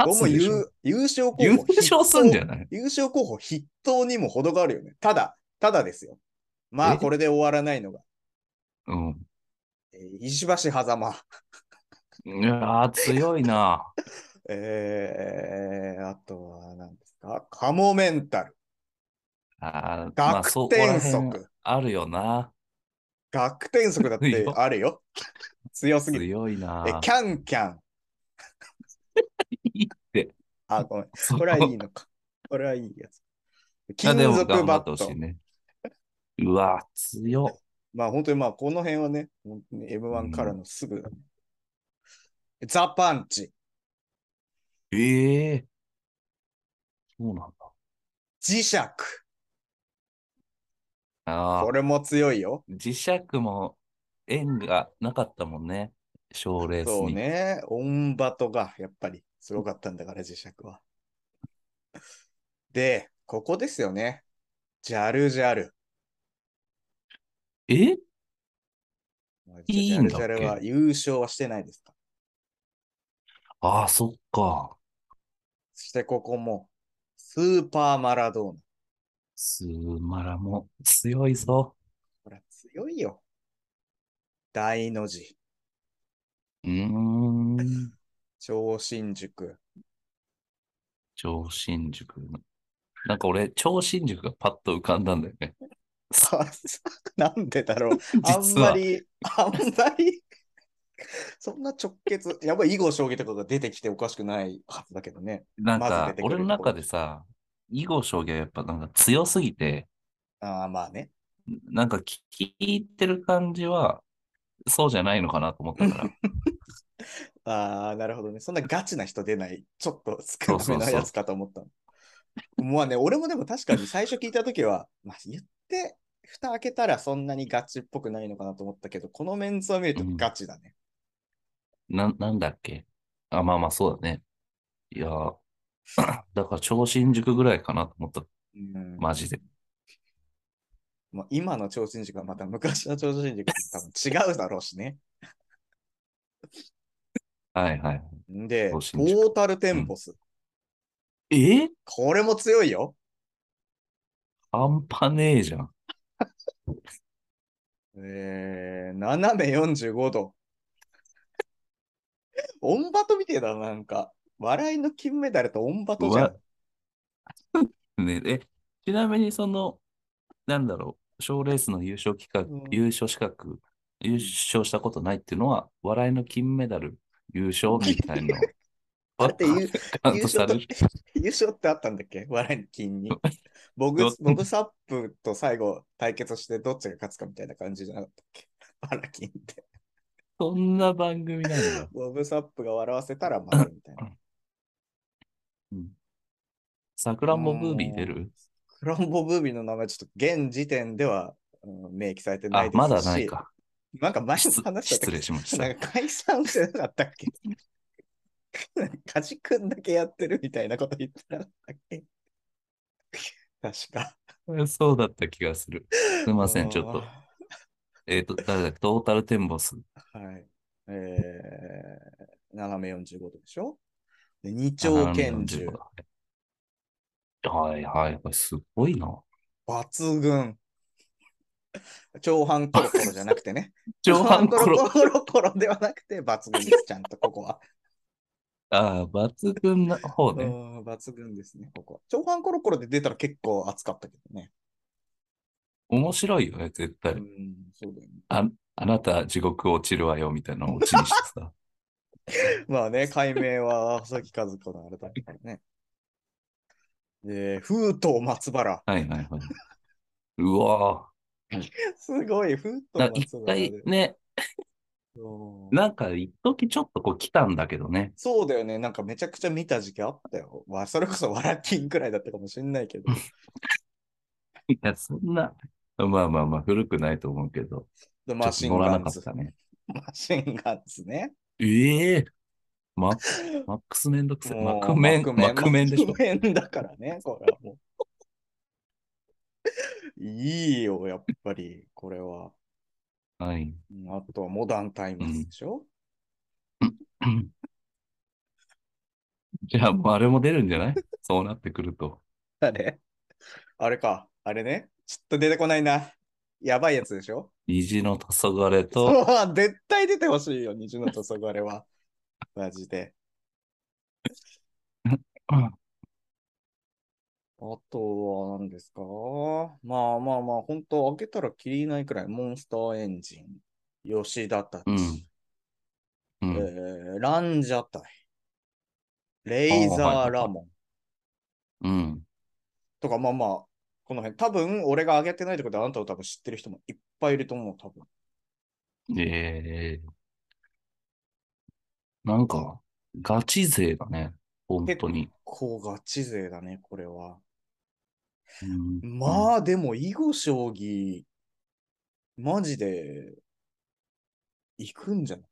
[SPEAKER 4] どうも
[SPEAKER 1] 勝つんでしょ
[SPEAKER 4] 優優勝候補。
[SPEAKER 1] 優勝すんじ
[SPEAKER 4] 筆
[SPEAKER 1] ゃない
[SPEAKER 4] 頭優勝候補筆頭にも程があるよね。ただ、ただですよ。まあ、
[SPEAKER 1] え
[SPEAKER 4] これで終わらないのが、
[SPEAKER 1] うん。
[SPEAKER 4] えー石橋狭間。
[SPEAKER 1] いやー、強いな。
[SPEAKER 4] えー、あとは何ですかカモメンタル。
[SPEAKER 1] あーまあ、そ
[SPEAKER 4] 学
[SPEAKER 1] こら
[SPEAKER 4] 天
[SPEAKER 1] 辺
[SPEAKER 4] 則。
[SPEAKER 1] あるよな。
[SPEAKER 4] 学天則だってあるよ。強すぎる。
[SPEAKER 1] 強い
[SPEAKER 4] え
[SPEAKER 1] な、。
[SPEAKER 4] キャンキャン。
[SPEAKER 1] いいって。
[SPEAKER 4] あ、ごめん。
[SPEAKER 1] そ
[SPEAKER 4] これはいいのか。これはいいやつ。金
[SPEAKER 1] あでも
[SPEAKER 4] 属
[SPEAKER 1] 頑張
[SPEAKER 4] バ
[SPEAKER 1] って
[SPEAKER 4] ッ
[SPEAKER 1] ほしい
[SPEAKER 4] ト。
[SPEAKER 1] ね。うわ、強。
[SPEAKER 4] まあ本当にまあこの辺はね、本当に
[SPEAKER 1] うん
[SPEAKER 4] M1 からのすぐだね、ザ・パンチ、
[SPEAKER 1] ええそうなんだ。
[SPEAKER 4] 磁石。
[SPEAKER 1] あ
[SPEAKER 4] こ
[SPEAKER 1] あ、
[SPEAKER 4] れも強いよ。
[SPEAKER 1] 磁石も縁がなかったもんね。賞レース
[SPEAKER 4] そう
[SPEAKER 1] に。
[SPEAKER 4] ね。オンバトがやっぱりすごかったんだから磁石は。で、ここですよね。ジャルジャル。
[SPEAKER 1] えい
[SPEAKER 4] ジ
[SPEAKER 1] い
[SPEAKER 4] ャ
[SPEAKER 1] ん
[SPEAKER 4] ル
[SPEAKER 1] だ
[SPEAKER 4] ジ
[SPEAKER 1] っけ
[SPEAKER 4] ャルは優勝はしてないですか
[SPEAKER 1] ああ、そっか。
[SPEAKER 4] そしてここも、スーパーマラドーナ。
[SPEAKER 1] スーマラも強いぞ。
[SPEAKER 4] これは強いよ。大の字、
[SPEAKER 1] うーん。
[SPEAKER 4] 超新塾。 <laughs>
[SPEAKER 1] 超新塾の。なんか俺、超新塾がパッと浮かんだんだよね。
[SPEAKER 4] さなんでだろう。あ
[SPEAKER 1] <laughs>
[SPEAKER 4] ん
[SPEAKER 1] 実は
[SPEAKER 4] まり、あんまり、 <laughs> そんな直結。やっぱり囲碁将棋とかが出てきておかしくないはずだけどね。
[SPEAKER 1] なん
[SPEAKER 4] まず出
[SPEAKER 1] か
[SPEAKER 4] て、くる
[SPEAKER 1] 俺の中でさ、囲碁将棋はやっぱなんか強すぎて、
[SPEAKER 4] ああ、まあね。
[SPEAKER 1] なんか聞いてる感じは、そうじゃないのかなと思った
[SPEAKER 4] <laughs>
[SPEAKER 1] から。
[SPEAKER 4] ああ、なるほどね。そんなガチな人出ない。ちょっと少なめなやつかと思ったの。まあね、俺もでも確かに最初聞いたときは、まあ言って、蓋開けたらそんなにガチっぽくないのかなと思ったけど、このメンツを見るとガチだね。
[SPEAKER 1] な、なんだっけあ、まあまあ、そうだね。いや <coughs> ー、だから超新塾ぐらいかなと思った。
[SPEAKER 4] うん
[SPEAKER 1] マジで。
[SPEAKER 4] まあ、今の超新塾はまた昔の超新塾と多分違うだろうしね。
[SPEAKER 1] はいはい。
[SPEAKER 4] で、ト
[SPEAKER 1] 超新塾
[SPEAKER 4] ータルテンボス。
[SPEAKER 1] えー
[SPEAKER 4] これも強いよ。
[SPEAKER 1] 半端ねえじゃん。
[SPEAKER 4] えー、斜め45度。オンバトみてえだな、なんか。笑いの金メダルとオンバトじゃん
[SPEAKER 1] う。わねえ、ちなみにその、なんだろ賞レースの優勝企画、
[SPEAKER 4] うん
[SPEAKER 1] 優勝資格、優勝したことないっていうのは、笑いの金メダル、優勝みたい
[SPEAKER 4] <laughs>
[SPEAKER 1] なの。
[SPEAKER 4] あれって
[SPEAKER 1] わ
[SPEAKER 4] 優
[SPEAKER 1] カウン
[SPEAKER 4] 優
[SPEAKER 1] トさ
[SPEAKER 4] 勝
[SPEAKER 1] れ
[SPEAKER 4] っ
[SPEAKER 1] る
[SPEAKER 4] て <laughs> 優勝ってあったんだっけ笑い金に。ボブ
[SPEAKER 1] ど、
[SPEAKER 4] ボブサップと最後対決してどっちが勝つかみたいな感じじゃなかったっけ笑い金って。
[SPEAKER 1] そんな番組なのよ。
[SPEAKER 4] ボブサップが笑わせたら負けみたい
[SPEAKER 1] <laughs>
[SPEAKER 4] な。
[SPEAKER 1] さくらんぼブービー出る
[SPEAKER 4] クランボブービーの名前ちょっと現時点では、うん明記されてない
[SPEAKER 1] あ
[SPEAKER 4] で、すし。
[SPEAKER 1] まだない。か。
[SPEAKER 4] なんか前に
[SPEAKER 1] 失
[SPEAKER 4] 話した
[SPEAKER 1] 失礼しました
[SPEAKER 4] なんか解散してなかったっけなんかカジ君だけやってるみたいなこと言ってなかったっけ確か。
[SPEAKER 1] そうだった <laughs> 気がする。すいません、ちょっと。
[SPEAKER 4] あ
[SPEAKER 1] えっ、と、誰だっけトータルテンボス。
[SPEAKER 4] ー。はい。えー、斜め45度でしょで二丁拳銃
[SPEAKER 1] 745。だはいはいはい、すごいな。
[SPEAKER 4] <laughs> 抜群。長半コロコロじゃなく
[SPEAKER 1] <laughs>
[SPEAKER 4] てね。
[SPEAKER 1] 上半コロ。
[SPEAKER 4] 長半コロコロコロではなくて、抜群です、ちゃんとここは。
[SPEAKER 1] ああ、抜群な方
[SPEAKER 4] う
[SPEAKER 1] ね。
[SPEAKER 4] ん、抜群ですね、ここは。長半コロコロで出たら結構熱かったけどね。
[SPEAKER 1] 面白いよね、絶
[SPEAKER 4] う
[SPEAKER 1] 対。
[SPEAKER 4] ん、そうだよね。
[SPEAKER 1] あなた、地獄落ちるわよ、みたいなのをオチにして
[SPEAKER 4] <laughs>
[SPEAKER 1] さ。
[SPEAKER 4] まあね、解明は細木数子のあれだからね。で、風と松原。
[SPEAKER 1] はいはいはい。うわ
[SPEAKER 4] すごい、風
[SPEAKER 1] ぁ。な
[SPEAKER 4] と松
[SPEAKER 1] 一
[SPEAKER 4] 原で
[SPEAKER 1] 回。ね、
[SPEAKER 4] うん
[SPEAKER 1] なんか一時ちょっとこう来たんだけどね。 <laughs>
[SPEAKER 4] そうだよね、なんかめちゃくちゃ見た時期あったよ。わそれこそ笑ってんくらいだったかもしんないけど。
[SPEAKER 1] いや、そんな、まあまあまあ、古くないと思うけど、
[SPEAKER 4] で
[SPEAKER 1] ちょ
[SPEAKER 4] マ
[SPEAKER 1] っと
[SPEAKER 4] シ
[SPEAKER 1] 乗
[SPEAKER 4] ン
[SPEAKER 1] ら
[SPEAKER 4] ガ
[SPEAKER 1] な
[SPEAKER 4] ン
[SPEAKER 1] か
[SPEAKER 4] ズ
[SPEAKER 1] っ。たね。
[SPEAKER 4] マシンガンズね。
[SPEAKER 1] ええマ
[SPEAKER 4] <laughs>
[SPEAKER 1] マックスめんどくせえ。マ
[SPEAKER 4] もう
[SPEAKER 1] クメン、マクメンでしょ
[SPEAKER 4] マ。クメンだからね、これはもう。いいよ、やっぱり、これは。
[SPEAKER 1] はい。
[SPEAKER 4] うんあとはモダンタイムズでしょ、
[SPEAKER 1] じゃあ、もうあれも出るんじゃないそうなってくると。
[SPEAKER 4] あれあれか、あれね。ちょっと出てこないな。やばいやつでしょ
[SPEAKER 1] 虹の黄昏と、
[SPEAKER 4] そう、 <laughs> 絶対出てほしいよ、虹の黄昏は。マジで。
[SPEAKER 1] うん
[SPEAKER 4] あとは何ですかまあまあまあ、本当開けたらキリないくらい。モンスターエンジン、吉田たち、
[SPEAKER 1] うんうん
[SPEAKER 4] えーランジャタイ、レイザーラモン
[SPEAKER 1] うん。
[SPEAKER 4] とか、まあまあ、この辺。多分、俺が上げてないってことは、あなたを多分知ってる人もいっぱいいると思う、多分。
[SPEAKER 1] ええなんか、ガチ勢だね。本当に。
[SPEAKER 4] こうガチ勢だね、これは。
[SPEAKER 1] うん
[SPEAKER 4] まあでも、囲碁将棋、マジで、行くんじゃない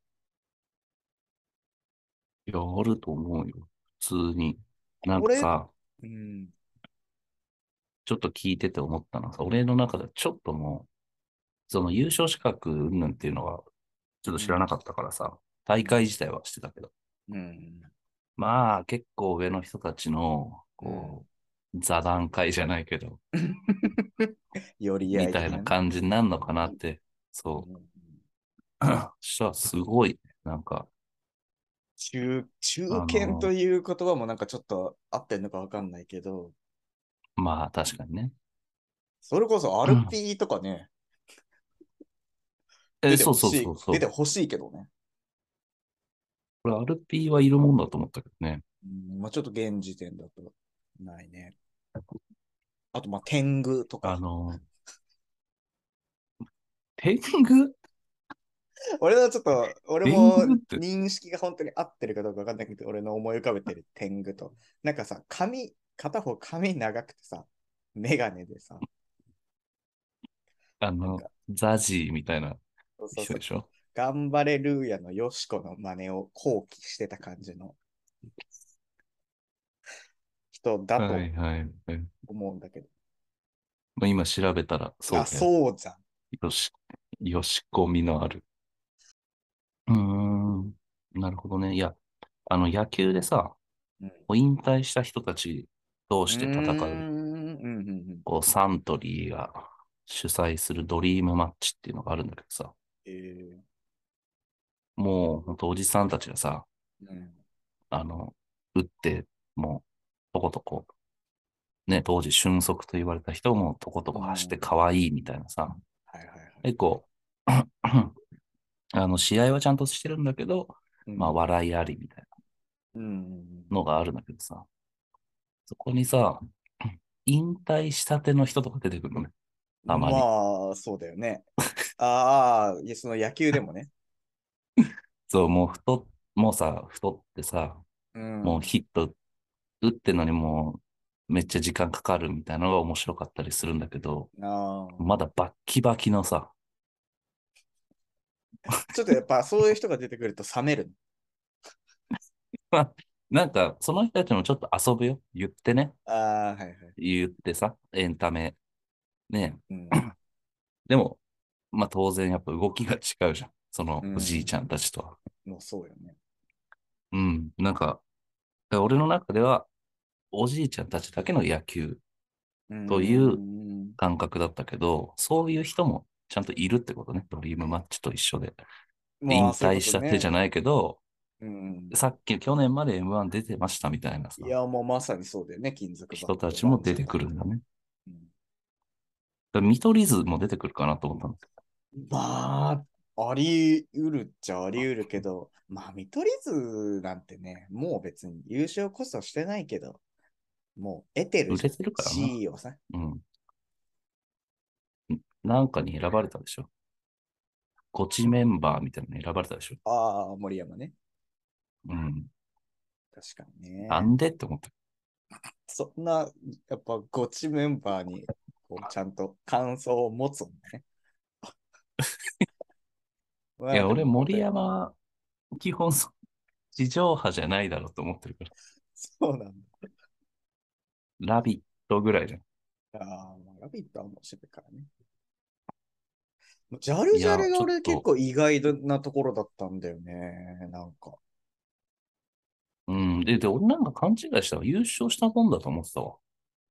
[SPEAKER 1] いや、あると思うよ。普通に。なん
[SPEAKER 4] こ
[SPEAKER 1] か
[SPEAKER 4] れ
[SPEAKER 1] さ、
[SPEAKER 4] うん。
[SPEAKER 1] ちょっと聞いてて思ったのはさ、俺の中ではちょっともう、その優勝資格云々っていうのは、ちょっと知らなかったからさ、大会自体はしてたけど、
[SPEAKER 4] うん。
[SPEAKER 1] まあ結構上の人たちの、こう、座談会じゃないけど、
[SPEAKER 4] よりや
[SPEAKER 1] みたいな感じになるのかなって、そう。したらすごい、なんか、
[SPEAKER 4] 中、中堅という言葉もなんかちょっと合ってんのかわかんないけど、
[SPEAKER 1] まあ確かにね。
[SPEAKER 4] それこそアルピーとかね、
[SPEAKER 1] え、
[SPEAKER 4] 出て
[SPEAKER 1] そ
[SPEAKER 4] ほ
[SPEAKER 1] うそう
[SPEAKER 4] しい
[SPEAKER 1] そうそう。
[SPEAKER 4] 出てほしいけどね。
[SPEAKER 1] これ RP はいるもんだと思ったけどね。
[SPEAKER 4] うん、まあちょっと現時点だとないね。あと、まあ天狗と
[SPEAKER 1] あ
[SPEAKER 4] か。
[SPEAKER 1] の、天狗
[SPEAKER 4] 俺はちょっと、俺も
[SPEAKER 1] 天狗って
[SPEAKER 4] 認識が本当に合ってるかどうかわかんないけど、俺の思い浮かべ
[SPEAKER 1] <laughs>
[SPEAKER 4] てる天狗と。なんかさ、髪、片方髪長くてさ、メガネでさ、
[SPEAKER 1] あ
[SPEAKER 4] なん
[SPEAKER 1] の
[SPEAKER 4] か、
[SPEAKER 1] ザジーみたいな
[SPEAKER 4] そうそうそ
[SPEAKER 1] 人
[SPEAKER 4] う
[SPEAKER 1] でしょ
[SPEAKER 4] 頑張れルーヤのヨシコの真似を後期してた感じの人だと
[SPEAKER 1] はいはいはい。
[SPEAKER 4] 思うんだけど。
[SPEAKER 1] まあ今調べたら、そう
[SPEAKER 4] あ、そうじゃん。
[SPEAKER 1] うよし、よし込みのある。うーん、なるほどね。いや、あの、野球でさ、
[SPEAKER 4] うん
[SPEAKER 1] 引退した人たち同士で戦
[SPEAKER 4] うーん
[SPEAKER 1] う、
[SPEAKER 4] うんうんうん。
[SPEAKER 1] こう、サントリーが主催するドリームマッチっていうのがあるんだけどさ、
[SPEAKER 4] えー
[SPEAKER 1] もう、ほんとおじさんたちがさ、
[SPEAKER 4] うん
[SPEAKER 1] あの、打って、もう、とことこ、ね、当時俊足と言われた人もとことこ走って可愛いみたいなさ、
[SPEAKER 4] はいはいはい。
[SPEAKER 1] 結構、 <clears throat> あの、試合はちゃんとしてるんだけど、
[SPEAKER 4] うん
[SPEAKER 1] まあ、笑いありみたい
[SPEAKER 4] うんうん
[SPEAKER 1] なのがあるんだけどさ、そこにさ、引退したての人とか出てくるのね。
[SPEAKER 4] うん。
[SPEAKER 1] たまに
[SPEAKER 4] まあ、そうだよね。 <laughs> ああ、いやその野球でもね。
[SPEAKER 1] そう、もう太っ、もうさ、太ってさ、
[SPEAKER 4] うん。
[SPEAKER 1] もうヒット打ってんのにもうめっちゃ時間かかるみたいなのが面白かったりするんだけど、
[SPEAKER 4] ああ
[SPEAKER 1] まだバッキバキのさ、
[SPEAKER 4] ちょっとやっぱそういう人が出てくると冷める。
[SPEAKER 1] なんかその人たちもちょっと遊ぶよ。言ってね。
[SPEAKER 4] ああ、はいはい。
[SPEAKER 1] 言ってさ、エンタメ。ね
[SPEAKER 4] うん、
[SPEAKER 1] でも、まあ当然やっぱ動きが違うじゃん。その
[SPEAKER 4] うん
[SPEAKER 1] おじいちゃんたちとは。
[SPEAKER 4] もうそうよね。
[SPEAKER 1] うん、なんか、俺の中では、おじいちゃんたちだけの野球
[SPEAKER 4] うん
[SPEAKER 1] というん感覚だったけど、そういう人もちゃんといるってことね。ドリームマッチと一緒で。引
[SPEAKER 4] まあそう
[SPEAKER 1] 退
[SPEAKER 4] いうこ
[SPEAKER 1] し
[SPEAKER 4] と
[SPEAKER 1] た
[SPEAKER 4] ね
[SPEAKER 1] ってじゃないけど、
[SPEAKER 4] うん
[SPEAKER 1] さっき去年まで M1 出てましたみたいなさ
[SPEAKER 4] い、や、もうまさにそうだよね、金属バット
[SPEAKER 1] 人たちも出てくるんだね。
[SPEAKER 4] うん
[SPEAKER 1] だから見取り図も出てくるかなと思ったんですけ
[SPEAKER 4] まあ、あり得るっちゃあり得るけど、まあ、見取り図なんてね、もう別に優勝こそしてないけど、もう得て
[SPEAKER 1] ど、
[SPEAKER 4] る
[SPEAKER 1] 売れてるからな。
[SPEAKER 4] 地位をさ、
[SPEAKER 1] うん。なんかに選ばれたでしょ。ゴチメンバーみたいなのに選ばれたでしょ。
[SPEAKER 4] ああ、森山ね。
[SPEAKER 1] うん。
[SPEAKER 4] 確かにね。
[SPEAKER 1] なんでって思った。
[SPEAKER 4] そんな、やっぱ、ゴチメンバーに、こう、ちゃんと感想を持つん
[SPEAKER 1] <laughs>
[SPEAKER 4] だね。
[SPEAKER 1] いや、俺、森
[SPEAKER 4] 山
[SPEAKER 1] 山は、基本そ、地上波じゃないだろうと思ってるから。
[SPEAKER 4] そうなん
[SPEAKER 1] ラビットぐらいじゃん。
[SPEAKER 4] だ。ああ、まあ、ラビットは面白いからね。ジャルジャルが
[SPEAKER 1] い
[SPEAKER 4] 俺
[SPEAKER 1] やちょ
[SPEAKER 4] 結
[SPEAKER 1] っと
[SPEAKER 4] 構意外なところだったんだよね。なんか。
[SPEAKER 1] うん。で、で、俺なんか勘違いしたわ。優勝したもんだと思ってたわ。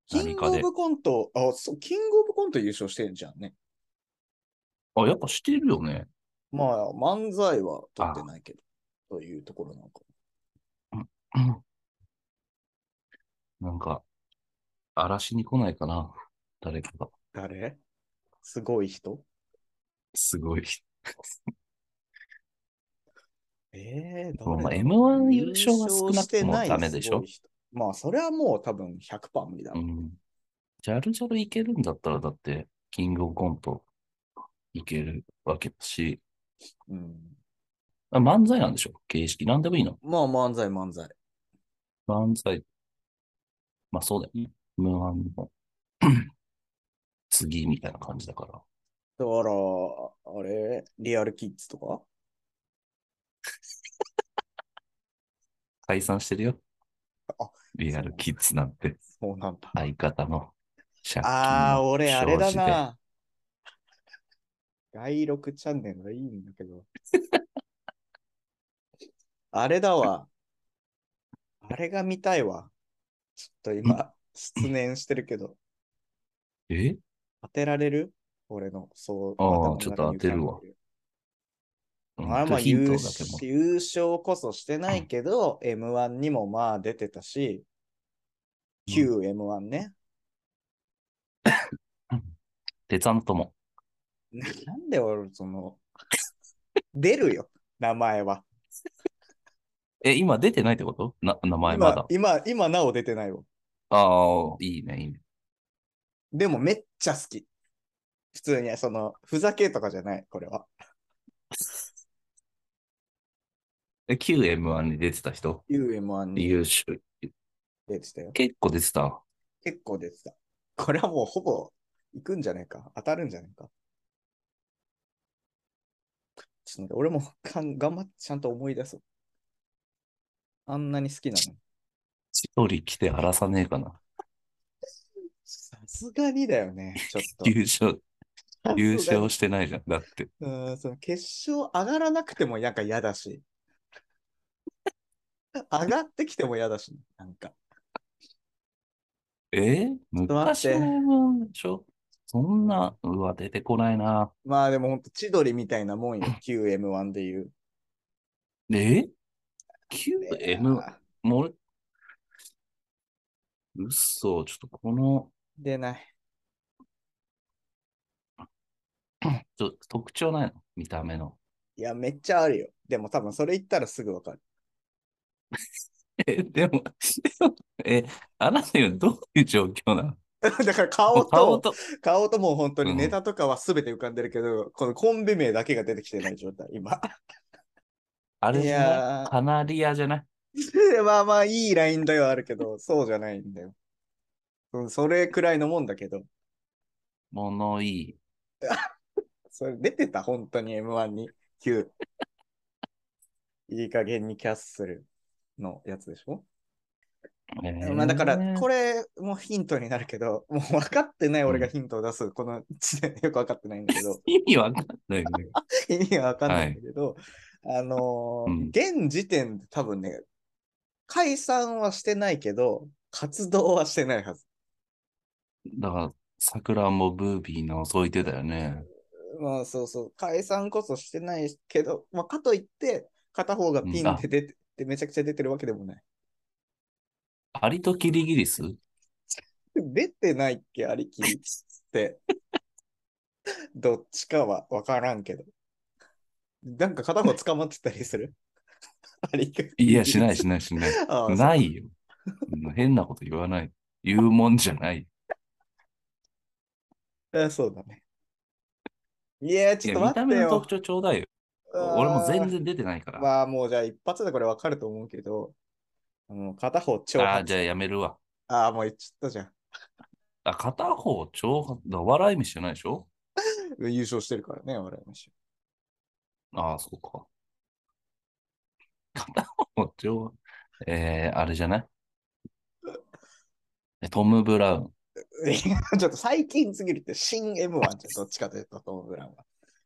[SPEAKER 4] キ
[SPEAKER 1] 何
[SPEAKER 4] ング
[SPEAKER 1] か
[SPEAKER 4] オ
[SPEAKER 1] で。
[SPEAKER 4] ブコント、あ、そう、キングオブコント優勝してんじゃんね。
[SPEAKER 1] あ、やっぱしてるよね。
[SPEAKER 4] まあ、漫才は取ってないけど、というところなんか。
[SPEAKER 1] うんなんか、荒らしに来ないかな。誰かが。
[SPEAKER 4] 誰すごい人
[SPEAKER 1] すごい。
[SPEAKER 4] ええー、
[SPEAKER 1] まあ
[SPEAKER 4] 誰だ
[SPEAKER 1] M1 優勝は少なくとも
[SPEAKER 4] 優勝して
[SPEAKER 1] ダメでしょ
[SPEAKER 4] ないすごい人まあ、それはもう多分100%無理だ
[SPEAKER 1] う
[SPEAKER 4] ろう。
[SPEAKER 1] ん。ジャルジャルいけるんだったら、だって、キングオブコントいけるわけだし、
[SPEAKER 4] うん。
[SPEAKER 1] あ漫才なんでしょ形式。なんでもいいの
[SPEAKER 4] まあ、漫才、漫才。
[SPEAKER 1] 漫才。まあそうだよね。M1 の <clears throat> 次みたいな感じだから。
[SPEAKER 4] だから、あれ、リアルキッズとか
[SPEAKER 1] 解散してるよ
[SPEAKER 4] あ。
[SPEAKER 1] リアルキッズなんて、
[SPEAKER 4] そうなんだ。
[SPEAKER 1] 相方の借金の
[SPEAKER 4] ああ、俺、あれだ
[SPEAKER 1] 障子で
[SPEAKER 4] な。外録チャンネルがいいんだけど。 <laughs> あれだわ。あれが見たいわ。ちょっと今、失念してるけど、
[SPEAKER 1] え
[SPEAKER 4] 当てられる俺の、そう。
[SPEAKER 1] あー
[SPEAKER 4] 頭の中
[SPEAKER 1] ちょっと当てるわ
[SPEAKER 4] に浮かんで
[SPEAKER 1] うん
[SPEAKER 4] あれまあ
[SPEAKER 1] ヒン
[SPEAKER 4] 優
[SPEAKER 1] トだけも。
[SPEAKER 4] 勝優勝こそしてないけど、M1 にもまあ出てたし、旧 M1 ね。
[SPEAKER 1] デザントも。
[SPEAKER 4] なんで俺、その、 <laughs> 出るよ、名前は。
[SPEAKER 1] え、今出てないってことな、名前ま
[SPEAKER 4] 今
[SPEAKER 1] だ、。
[SPEAKER 4] 今、今なお出てないわ。
[SPEAKER 1] ああ、いいね、いいね。
[SPEAKER 4] でもめっちゃ好き。普通に、その、ふざけとかじゃない、これは。
[SPEAKER 1] え、旧 M1 に出てた人
[SPEAKER 4] UM1 に
[SPEAKER 1] 優秀。
[SPEAKER 4] 出てたよ。
[SPEAKER 1] 結構出てた。
[SPEAKER 4] 結構出てた。これはもうほぼ、行くんじゃないか。当たるんじゃないか。ちょっと待って、俺もかん頑張ってちゃんと思い出そう。あんなに好きなのに。
[SPEAKER 1] 千鳥来て荒らさねえかな。
[SPEAKER 4] さすがにだよね、ちょっ
[SPEAKER 1] <laughs>
[SPEAKER 4] と。
[SPEAKER 1] 優
[SPEAKER 4] <laughs>
[SPEAKER 1] 勝、優
[SPEAKER 4] さすがに
[SPEAKER 1] 勝してないじゃん。だって。
[SPEAKER 4] うん、その決勝上がらなくてもなんか嫌だし。上がってきても嫌だし、なんか。
[SPEAKER 1] えー
[SPEAKER 4] っと
[SPEAKER 1] 昔
[SPEAKER 4] 待っ
[SPEAKER 1] の
[SPEAKER 4] て
[SPEAKER 1] M1 でしょそんな、うわ、出てこないな。
[SPEAKER 4] まあでもほんと千鳥みたいなもんよ、QM1 で言う。
[SPEAKER 1] え旧 M、もう俺、嘘、ちょっとこの、
[SPEAKER 4] 出ない。
[SPEAKER 1] ちょ特徴ないの見た目の。
[SPEAKER 4] いや、めっちゃあるよ。でも多分それ言ったらすぐわかる。
[SPEAKER 1] え、でも、 <laughs> え、あなた今どういう状況なの
[SPEAKER 4] <laughs> だから顔と、顔
[SPEAKER 1] 顔
[SPEAKER 4] と
[SPEAKER 1] と、
[SPEAKER 4] もう本当に
[SPEAKER 1] うん
[SPEAKER 4] ネタとかは全て浮かんでるけど、このコンビ名だけが出てきてない状態、今。 <laughs>
[SPEAKER 1] あれじ
[SPEAKER 4] い
[SPEAKER 1] ゃ
[SPEAKER 4] やー
[SPEAKER 1] ないカナリアじゃない
[SPEAKER 4] まあまあ、いいラインではあるけど、そうじゃないんだよ。うんそれくらいのもんだけど、
[SPEAKER 1] 物言い。
[SPEAKER 4] それ出てた、本当に M1 に。9。いい加減にキャッスルのやつでしょ
[SPEAKER 1] えー
[SPEAKER 4] まあだから、これもヒントになるけど、もう分かってない俺がヒントを出す、この時点でよく分かってないんだけど、
[SPEAKER 1] 意味わかんないよね。
[SPEAKER 4] 意味が分かんないんだけど、あのー
[SPEAKER 1] うん
[SPEAKER 4] 現時点で多分ね、解散はしてないけど、活動はしてないはず。
[SPEAKER 1] だから、桜もブービー覗いてたよね。
[SPEAKER 4] まあそうそう、解散こそしてないけど、まあかといって、片方がピ
[SPEAKER 1] うん
[SPEAKER 4] ン
[SPEAKER 1] あ
[SPEAKER 4] で出て、でめちゃくちゃ出てるわけでもない。
[SPEAKER 1] アリとキリギリス
[SPEAKER 4] 出てないっけ、ありきりって。 <laughs> どっちかは分からんけど。なんか片方捕まってたりする <laughs> ありきり
[SPEAKER 1] いや、しないしないしない。
[SPEAKER 4] <laughs> ああ
[SPEAKER 1] ないよ。うん変なこと言わない。言うもんじゃない。
[SPEAKER 4] あそうだね。いや、
[SPEAKER 1] い
[SPEAKER 4] ちょっ
[SPEAKER 1] や、見た
[SPEAKER 4] と待っ
[SPEAKER 1] 目
[SPEAKER 4] て
[SPEAKER 1] の
[SPEAKER 4] よ
[SPEAKER 1] 特。徴ちょうだいよ。
[SPEAKER 4] あー
[SPEAKER 1] 俺も全然出てないから。
[SPEAKER 4] まあもうじゃあ一発でこれ分かると思うけど、もう片方挑
[SPEAKER 1] ああー、じ
[SPEAKER 4] 発。
[SPEAKER 1] ゃあやめるわ。
[SPEAKER 4] ああ、もう言っちゃったじゃん。
[SPEAKER 1] あ、片方挑発、だ笑い飯じゃないでしょ
[SPEAKER 4] 優勝してるからね、笑いまし
[SPEAKER 1] ああ、そうか。片方挑発、えー、あれじゃないえトム・ブラウン。
[SPEAKER 4] ょ。いや <laughs> ちょっと最近すぎるって、新 M1 じゃん、どっちかというと、トム・ブラウンは。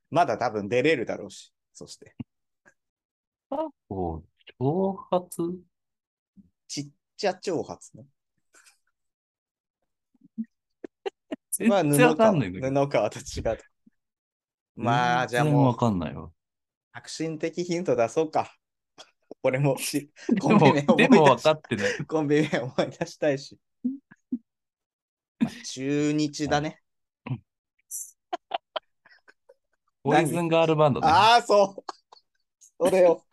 [SPEAKER 4] まだ多分出れるだろうし、そして、
[SPEAKER 1] 片方挑発
[SPEAKER 4] ちっちゃ挑発ね。
[SPEAKER 1] <laughs> 全
[SPEAKER 4] まあ、
[SPEAKER 1] 然わ
[SPEAKER 4] 布
[SPEAKER 1] か
[SPEAKER 4] 川
[SPEAKER 1] んないんだけど。
[SPEAKER 4] 布川と違う。まあ、じゃあ
[SPEAKER 1] 全然
[SPEAKER 4] も
[SPEAKER 1] わ
[SPEAKER 4] う、
[SPEAKER 1] かんないわ。
[SPEAKER 4] 革新的ヒント出そうか。 <laughs> 俺もし、コ
[SPEAKER 1] で
[SPEAKER 4] ン
[SPEAKER 1] もでも
[SPEAKER 4] ビ名、思い出
[SPEAKER 1] 分
[SPEAKER 4] し
[SPEAKER 1] かってない。
[SPEAKER 4] コンビ名思い出したいし。まあ中日だね。
[SPEAKER 1] ポイズンガールバンドね。
[SPEAKER 4] ああ、そう。それを。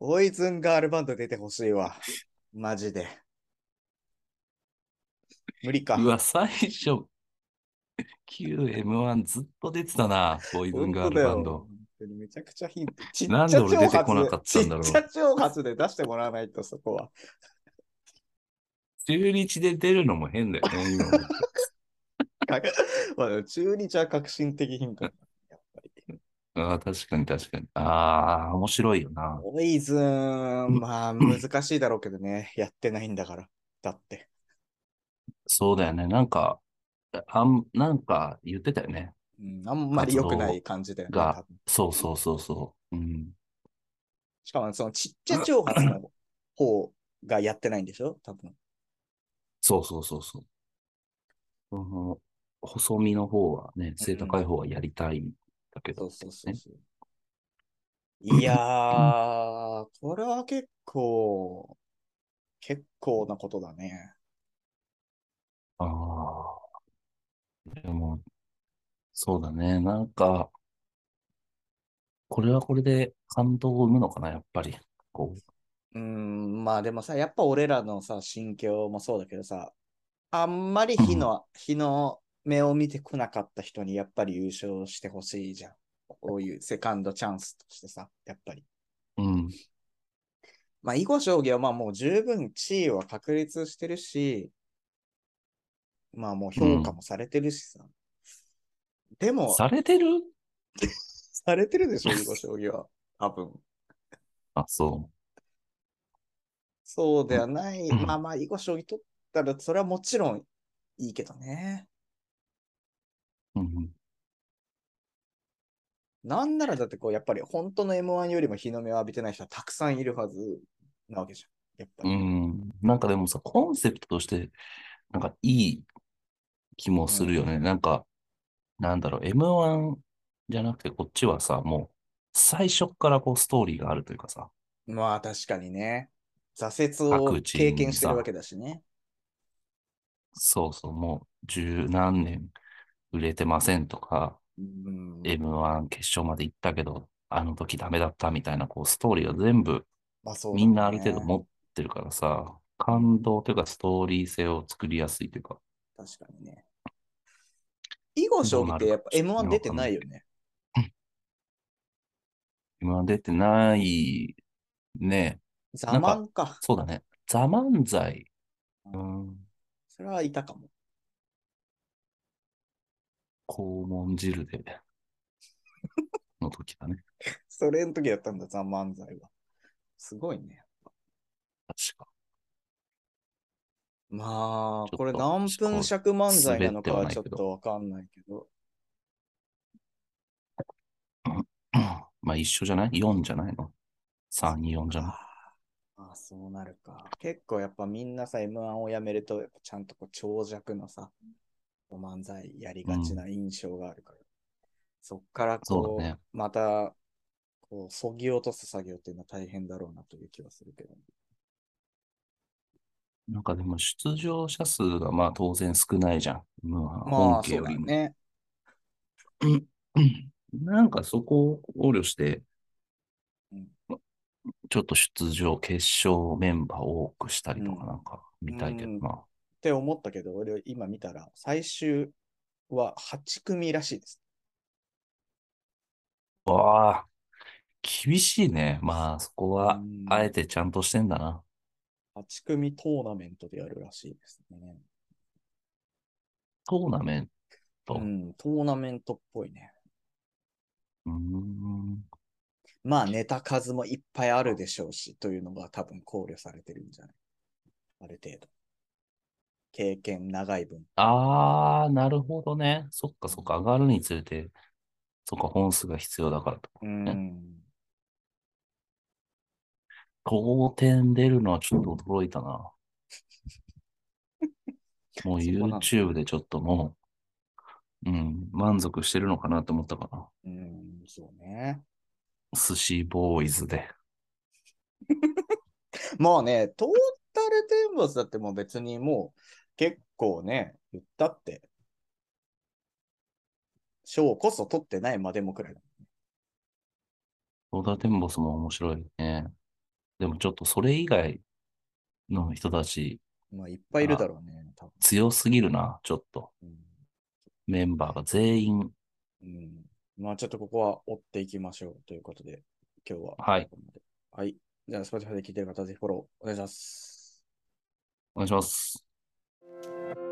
[SPEAKER 4] オイズンガールバンド出てほしいわ。マジで。無理か。
[SPEAKER 1] うわ、最初、旧 M1 ずっと出てたな、ポイズンガールバンド
[SPEAKER 4] 本。当だよめちゃくちゃヒント。ちっちゃ
[SPEAKER 1] なんで俺出てこなかったんだろう
[SPEAKER 4] 挑発でちっちゃ挑発で出してもらわないと、そこは。
[SPEAKER 1] 中日で出るのも変だよね、今思って。
[SPEAKER 4] かまあでも中日は革新的ヒント。やっぱり。
[SPEAKER 1] ああ、確かに確かに。ああ、面白いよな。
[SPEAKER 4] オイズン、まあ難しいだろうけどね。やってないんだから。だって。
[SPEAKER 1] そうだよね。なんか、あん、なんか言ってたよね。
[SPEAKER 4] うん、あんまり良くない感じだよね。
[SPEAKER 1] 活動が
[SPEAKER 4] 多分
[SPEAKER 1] そうそうそうそう。うん。
[SPEAKER 4] しかも、そのちっちゃ挑発の方がやってないんでしょ多分。
[SPEAKER 1] そうそうそうそう。その、細身の方はね、背高い方はやりたいんだけ
[SPEAKER 4] そ
[SPEAKER 1] ど
[SPEAKER 4] う。そうそうそう。いやー、これは結構、結構なことだね。
[SPEAKER 1] ああ。でも、そうだね。なんか、これはこれで感動を生むのかな、やっぱり。こう。
[SPEAKER 4] うん、まあでもさ、やっぱ俺らのさ、心境もそうだけどさ、あんまり日の、日の目を見てこなかった人にやっぱり優勝してほしいじゃん。こういうセカンドチャンスとしてさ、やっぱり。
[SPEAKER 1] うん。
[SPEAKER 4] まあ、囲碁将棋はまあもう十分地位は確立してるし、まあもう評価もされてるしさ。でも、
[SPEAKER 1] されてる
[SPEAKER 4] されてるでしょ、囲碁将棋は。多分。
[SPEAKER 1] あ、そ
[SPEAKER 4] そうではない。
[SPEAKER 1] うん
[SPEAKER 4] まあまあ、囲碁将棋取ったら、それはもちろんいいけどね。
[SPEAKER 1] う。うん。
[SPEAKER 4] なんならだってこう、やっぱり本当の M1 よりも日の目を浴びてない人はたくさんいるはずなわけじゃん。やっぱ
[SPEAKER 1] う
[SPEAKER 4] り。
[SPEAKER 1] ん。なんかでもさ、コンセプトとして、なんかいい気もするよね。なんか、なんだろう、M1 じゃなくて、こっちはさ、もう、最初っからこう、ストーリーがあるというかさ、
[SPEAKER 4] まあ確かにね。挫折を経験してるわけだしね。
[SPEAKER 1] そうそう、もう十何年売れてませんとか、
[SPEAKER 4] うん。
[SPEAKER 1] M1 決勝まで行ったけど、あの時ダメだったみたいな、こう、ストーリーを全部、
[SPEAKER 4] まあそうだね
[SPEAKER 1] みんなある程度持ってるからさ、感動というか、ストーリー性を作りやすいというか、
[SPEAKER 4] 確かにね。囲碁将棋ってやっぱ
[SPEAKER 1] どうなるか
[SPEAKER 4] M1 出てないよね。
[SPEAKER 1] 今出てない、ね、
[SPEAKER 4] ザマンか。
[SPEAKER 1] そうだね、ザ・漫才、うん、
[SPEAKER 4] それはいたかも。
[SPEAKER 1] 肛門汁で、の時だね。
[SPEAKER 4] それの時だったんだ、ザ漫才は。すごいね。
[SPEAKER 1] 確か。
[SPEAKER 4] ま
[SPEAKER 1] ちょ
[SPEAKER 4] あ、
[SPEAKER 1] っと
[SPEAKER 4] これ何分尺漫才なのかはちょっ
[SPEAKER 1] 滑ってはないけど
[SPEAKER 4] とわかんないけど。
[SPEAKER 1] まあ一緒じゃない ?4 じゃないの ?3、4じゃない
[SPEAKER 4] ああ、そうなるか。結構やっぱみんなさ、M1 をやめると、やっぱちゃんとこう長尺のさ、お漫才やりがちな印象があるから。そっから
[SPEAKER 1] そ
[SPEAKER 4] こ
[SPEAKER 1] う
[SPEAKER 4] う、
[SPEAKER 1] だね。
[SPEAKER 4] また、こう、そぎ落とす作業っていうのは大変だろうなという気はするけど。
[SPEAKER 1] なんかでも出場者数がまあ当然少ないじゃん。まあ
[SPEAKER 4] ま
[SPEAKER 1] 本
[SPEAKER 4] あ、
[SPEAKER 1] 家
[SPEAKER 4] そう
[SPEAKER 1] よ
[SPEAKER 4] だ
[SPEAKER 1] りも。
[SPEAKER 4] ね。
[SPEAKER 1] なんかそこを考慮して
[SPEAKER 4] うん、
[SPEAKER 1] ちょっと出場、決勝メンバーを多くしたりと
[SPEAKER 4] う
[SPEAKER 1] か
[SPEAKER 4] ん
[SPEAKER 1] なんか見たいけど
[SPEAKER 4] うん
[SPEAKER 1] な。
[SPEAKER 4] って思ったけど、俺今見たら、最終は8組らしいです。
[SPEAKER 1] わあ、厳しいね。まあそこ
[SPEAKER 4] う
[SPEAKER 1] は
[SPEAKER 4] ん
[SPEAKER 1] あえてちゃんとしてんだな。
[SPEAKER 4] 8組トーナメントでやるらしいですね。
[SPEAKER 1] トーナメント。
[SPEAKER 4] う、
[SPEAKER 1] うん
[SPEAKER 4] トーナメントっぽいね。
[SPEAKER 1] ーん。
[SPEAKER 4] まあ、ネタ数もいっぱいあるでしょうし、というのが多分考慮されてるんじゃないある程度。経験長い分。
[SPEAKER 1] ああ、なるほどね。そっかそっか。上がるにつれて、そっか本数が必要だからと。
[SPEAKER 4] うん。
[SPEAKER 1] 当点出るのはちょっと驚いた
[SPEAKER 4] <laughs>
[SPEAKER 1] な。もう
[SPEAKER 4] そこなんだ
[SPEAKER 1] YouTube でちょっともう、うん、満足してるのかなと思ったかな。
[SPEAKER 4] うん、そうね。
[SPEAKER 1] 寿司ボーイズで。
[SPEAKER 4] まあね、トータルテンボスだってもう別にもう結構ね、言ったって、賞こそ取ってないまでもくらいだ。
[SPEAKER 1] ローダーテンボスも面白いね。でもちょっとそれ以外の人たち
[SPEAKER 4] まあいっぱいいるだろうね、多分。
[SPEAKER 1] 強すぎるな、ちょっと。メンバーが全員。
[SPEAKER 4] うん。うんまあちょっとここは追っていきましょうということで、今日は。
[SPEAKER 1] はい。
[SPEAKER 4] はい。じゃあ、Spotify で聞いてる方、ぜひフォローお願いします。
[SPEAKER 1] お願いします。